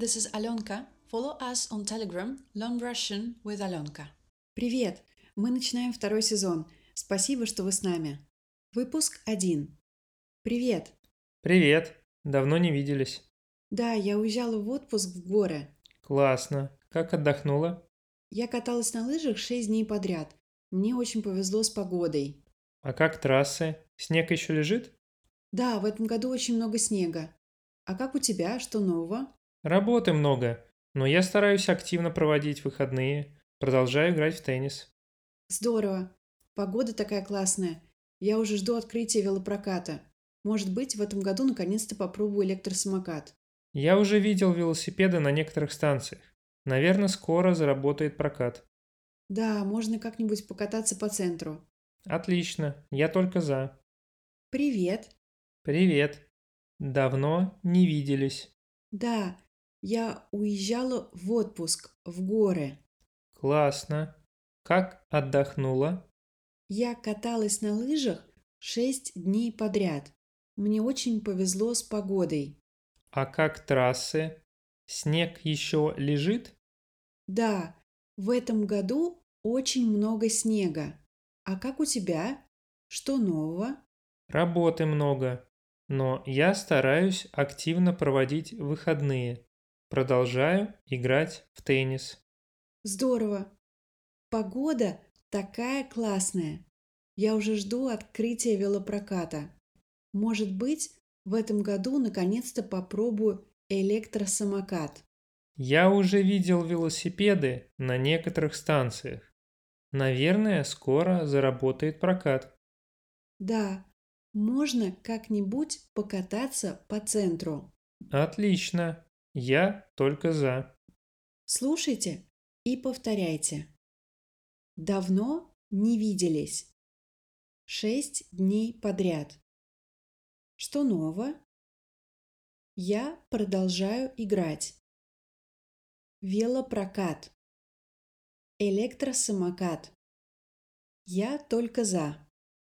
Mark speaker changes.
Speaker 1: This is Alenka. Follow us on Telegram. Learn Russian with Alenka.
Speaker 2: Привет! Мы начинаем второй сезон. Спасибо, что вы с нами. Выпуск 1. Привет!
Speaker 3: Привет! Давно не виделись.
Speaker 2: Да, я уезжала в отпуск в горы.
Speaker 3: Классно. Как отдохнула?
Speaker 2: Я каталась на лыжах 6 дней подряд. Мне очень повезло с погодой.
Speaker 3: А как трассы? Снег еще лежит?
Speaker 2: Да, в этом году очень много снега. А как у тебя? Что нового?
Speaker 3: Работы много, но я стараюсь активно проводить выходные. Продолжаю играть в теннис.
Speaker 2: Здорово. Погода такая классная. Я уже жду открытия велопроката. Может быть, в этом году наконец-то попробую электросамокат.
Speaker 3: Я уже видел велосипеды на некоторых станциях. Наверное, скоро заработает прокат.
Speaker 2: Да, можно как-нибудь покататься по центру.
Speaker 3: Отлично, я только за.
Speaker 2: Привет!
Speaker 3: Привет. Давно не виделись.
Speaker 2: Да, я уезжала в отпуск в горы.
Speaker 3: Классно. Как отдохнула?
Speaker 2: Я каталась на лыжах шесть дней подряд. Мне очень повезло с погодой.
Speaker 3: А как трассы? Снег еще лежит?
Speaker 2: Да, в этом году очень много снега. А как у тебя? Что нового?
Speaker 3: Работы много, но я стараюсь активно проводить выходные. Продолжаю играть в теннис.
Speaker 2: Здорово. Погода такая классная. Я уже жду открытия велопроката. Может быть, в этом году наконец-то попробую электросамокат.
Speaker 3: Я уже видел велосипеды на некоторых станциях. Наверное, скоро заработает прокат.
Speaker 2: Да, можно как-нибудь покататься по центру.
Speaker 3: Отлично. Я только за.
Speaker 2: Слушайте и повторяйте. Давно не виделись. Шесть дней подряд. Что нового? Я продолжаю играть. Велопрокат. Электросамокат. Я только за.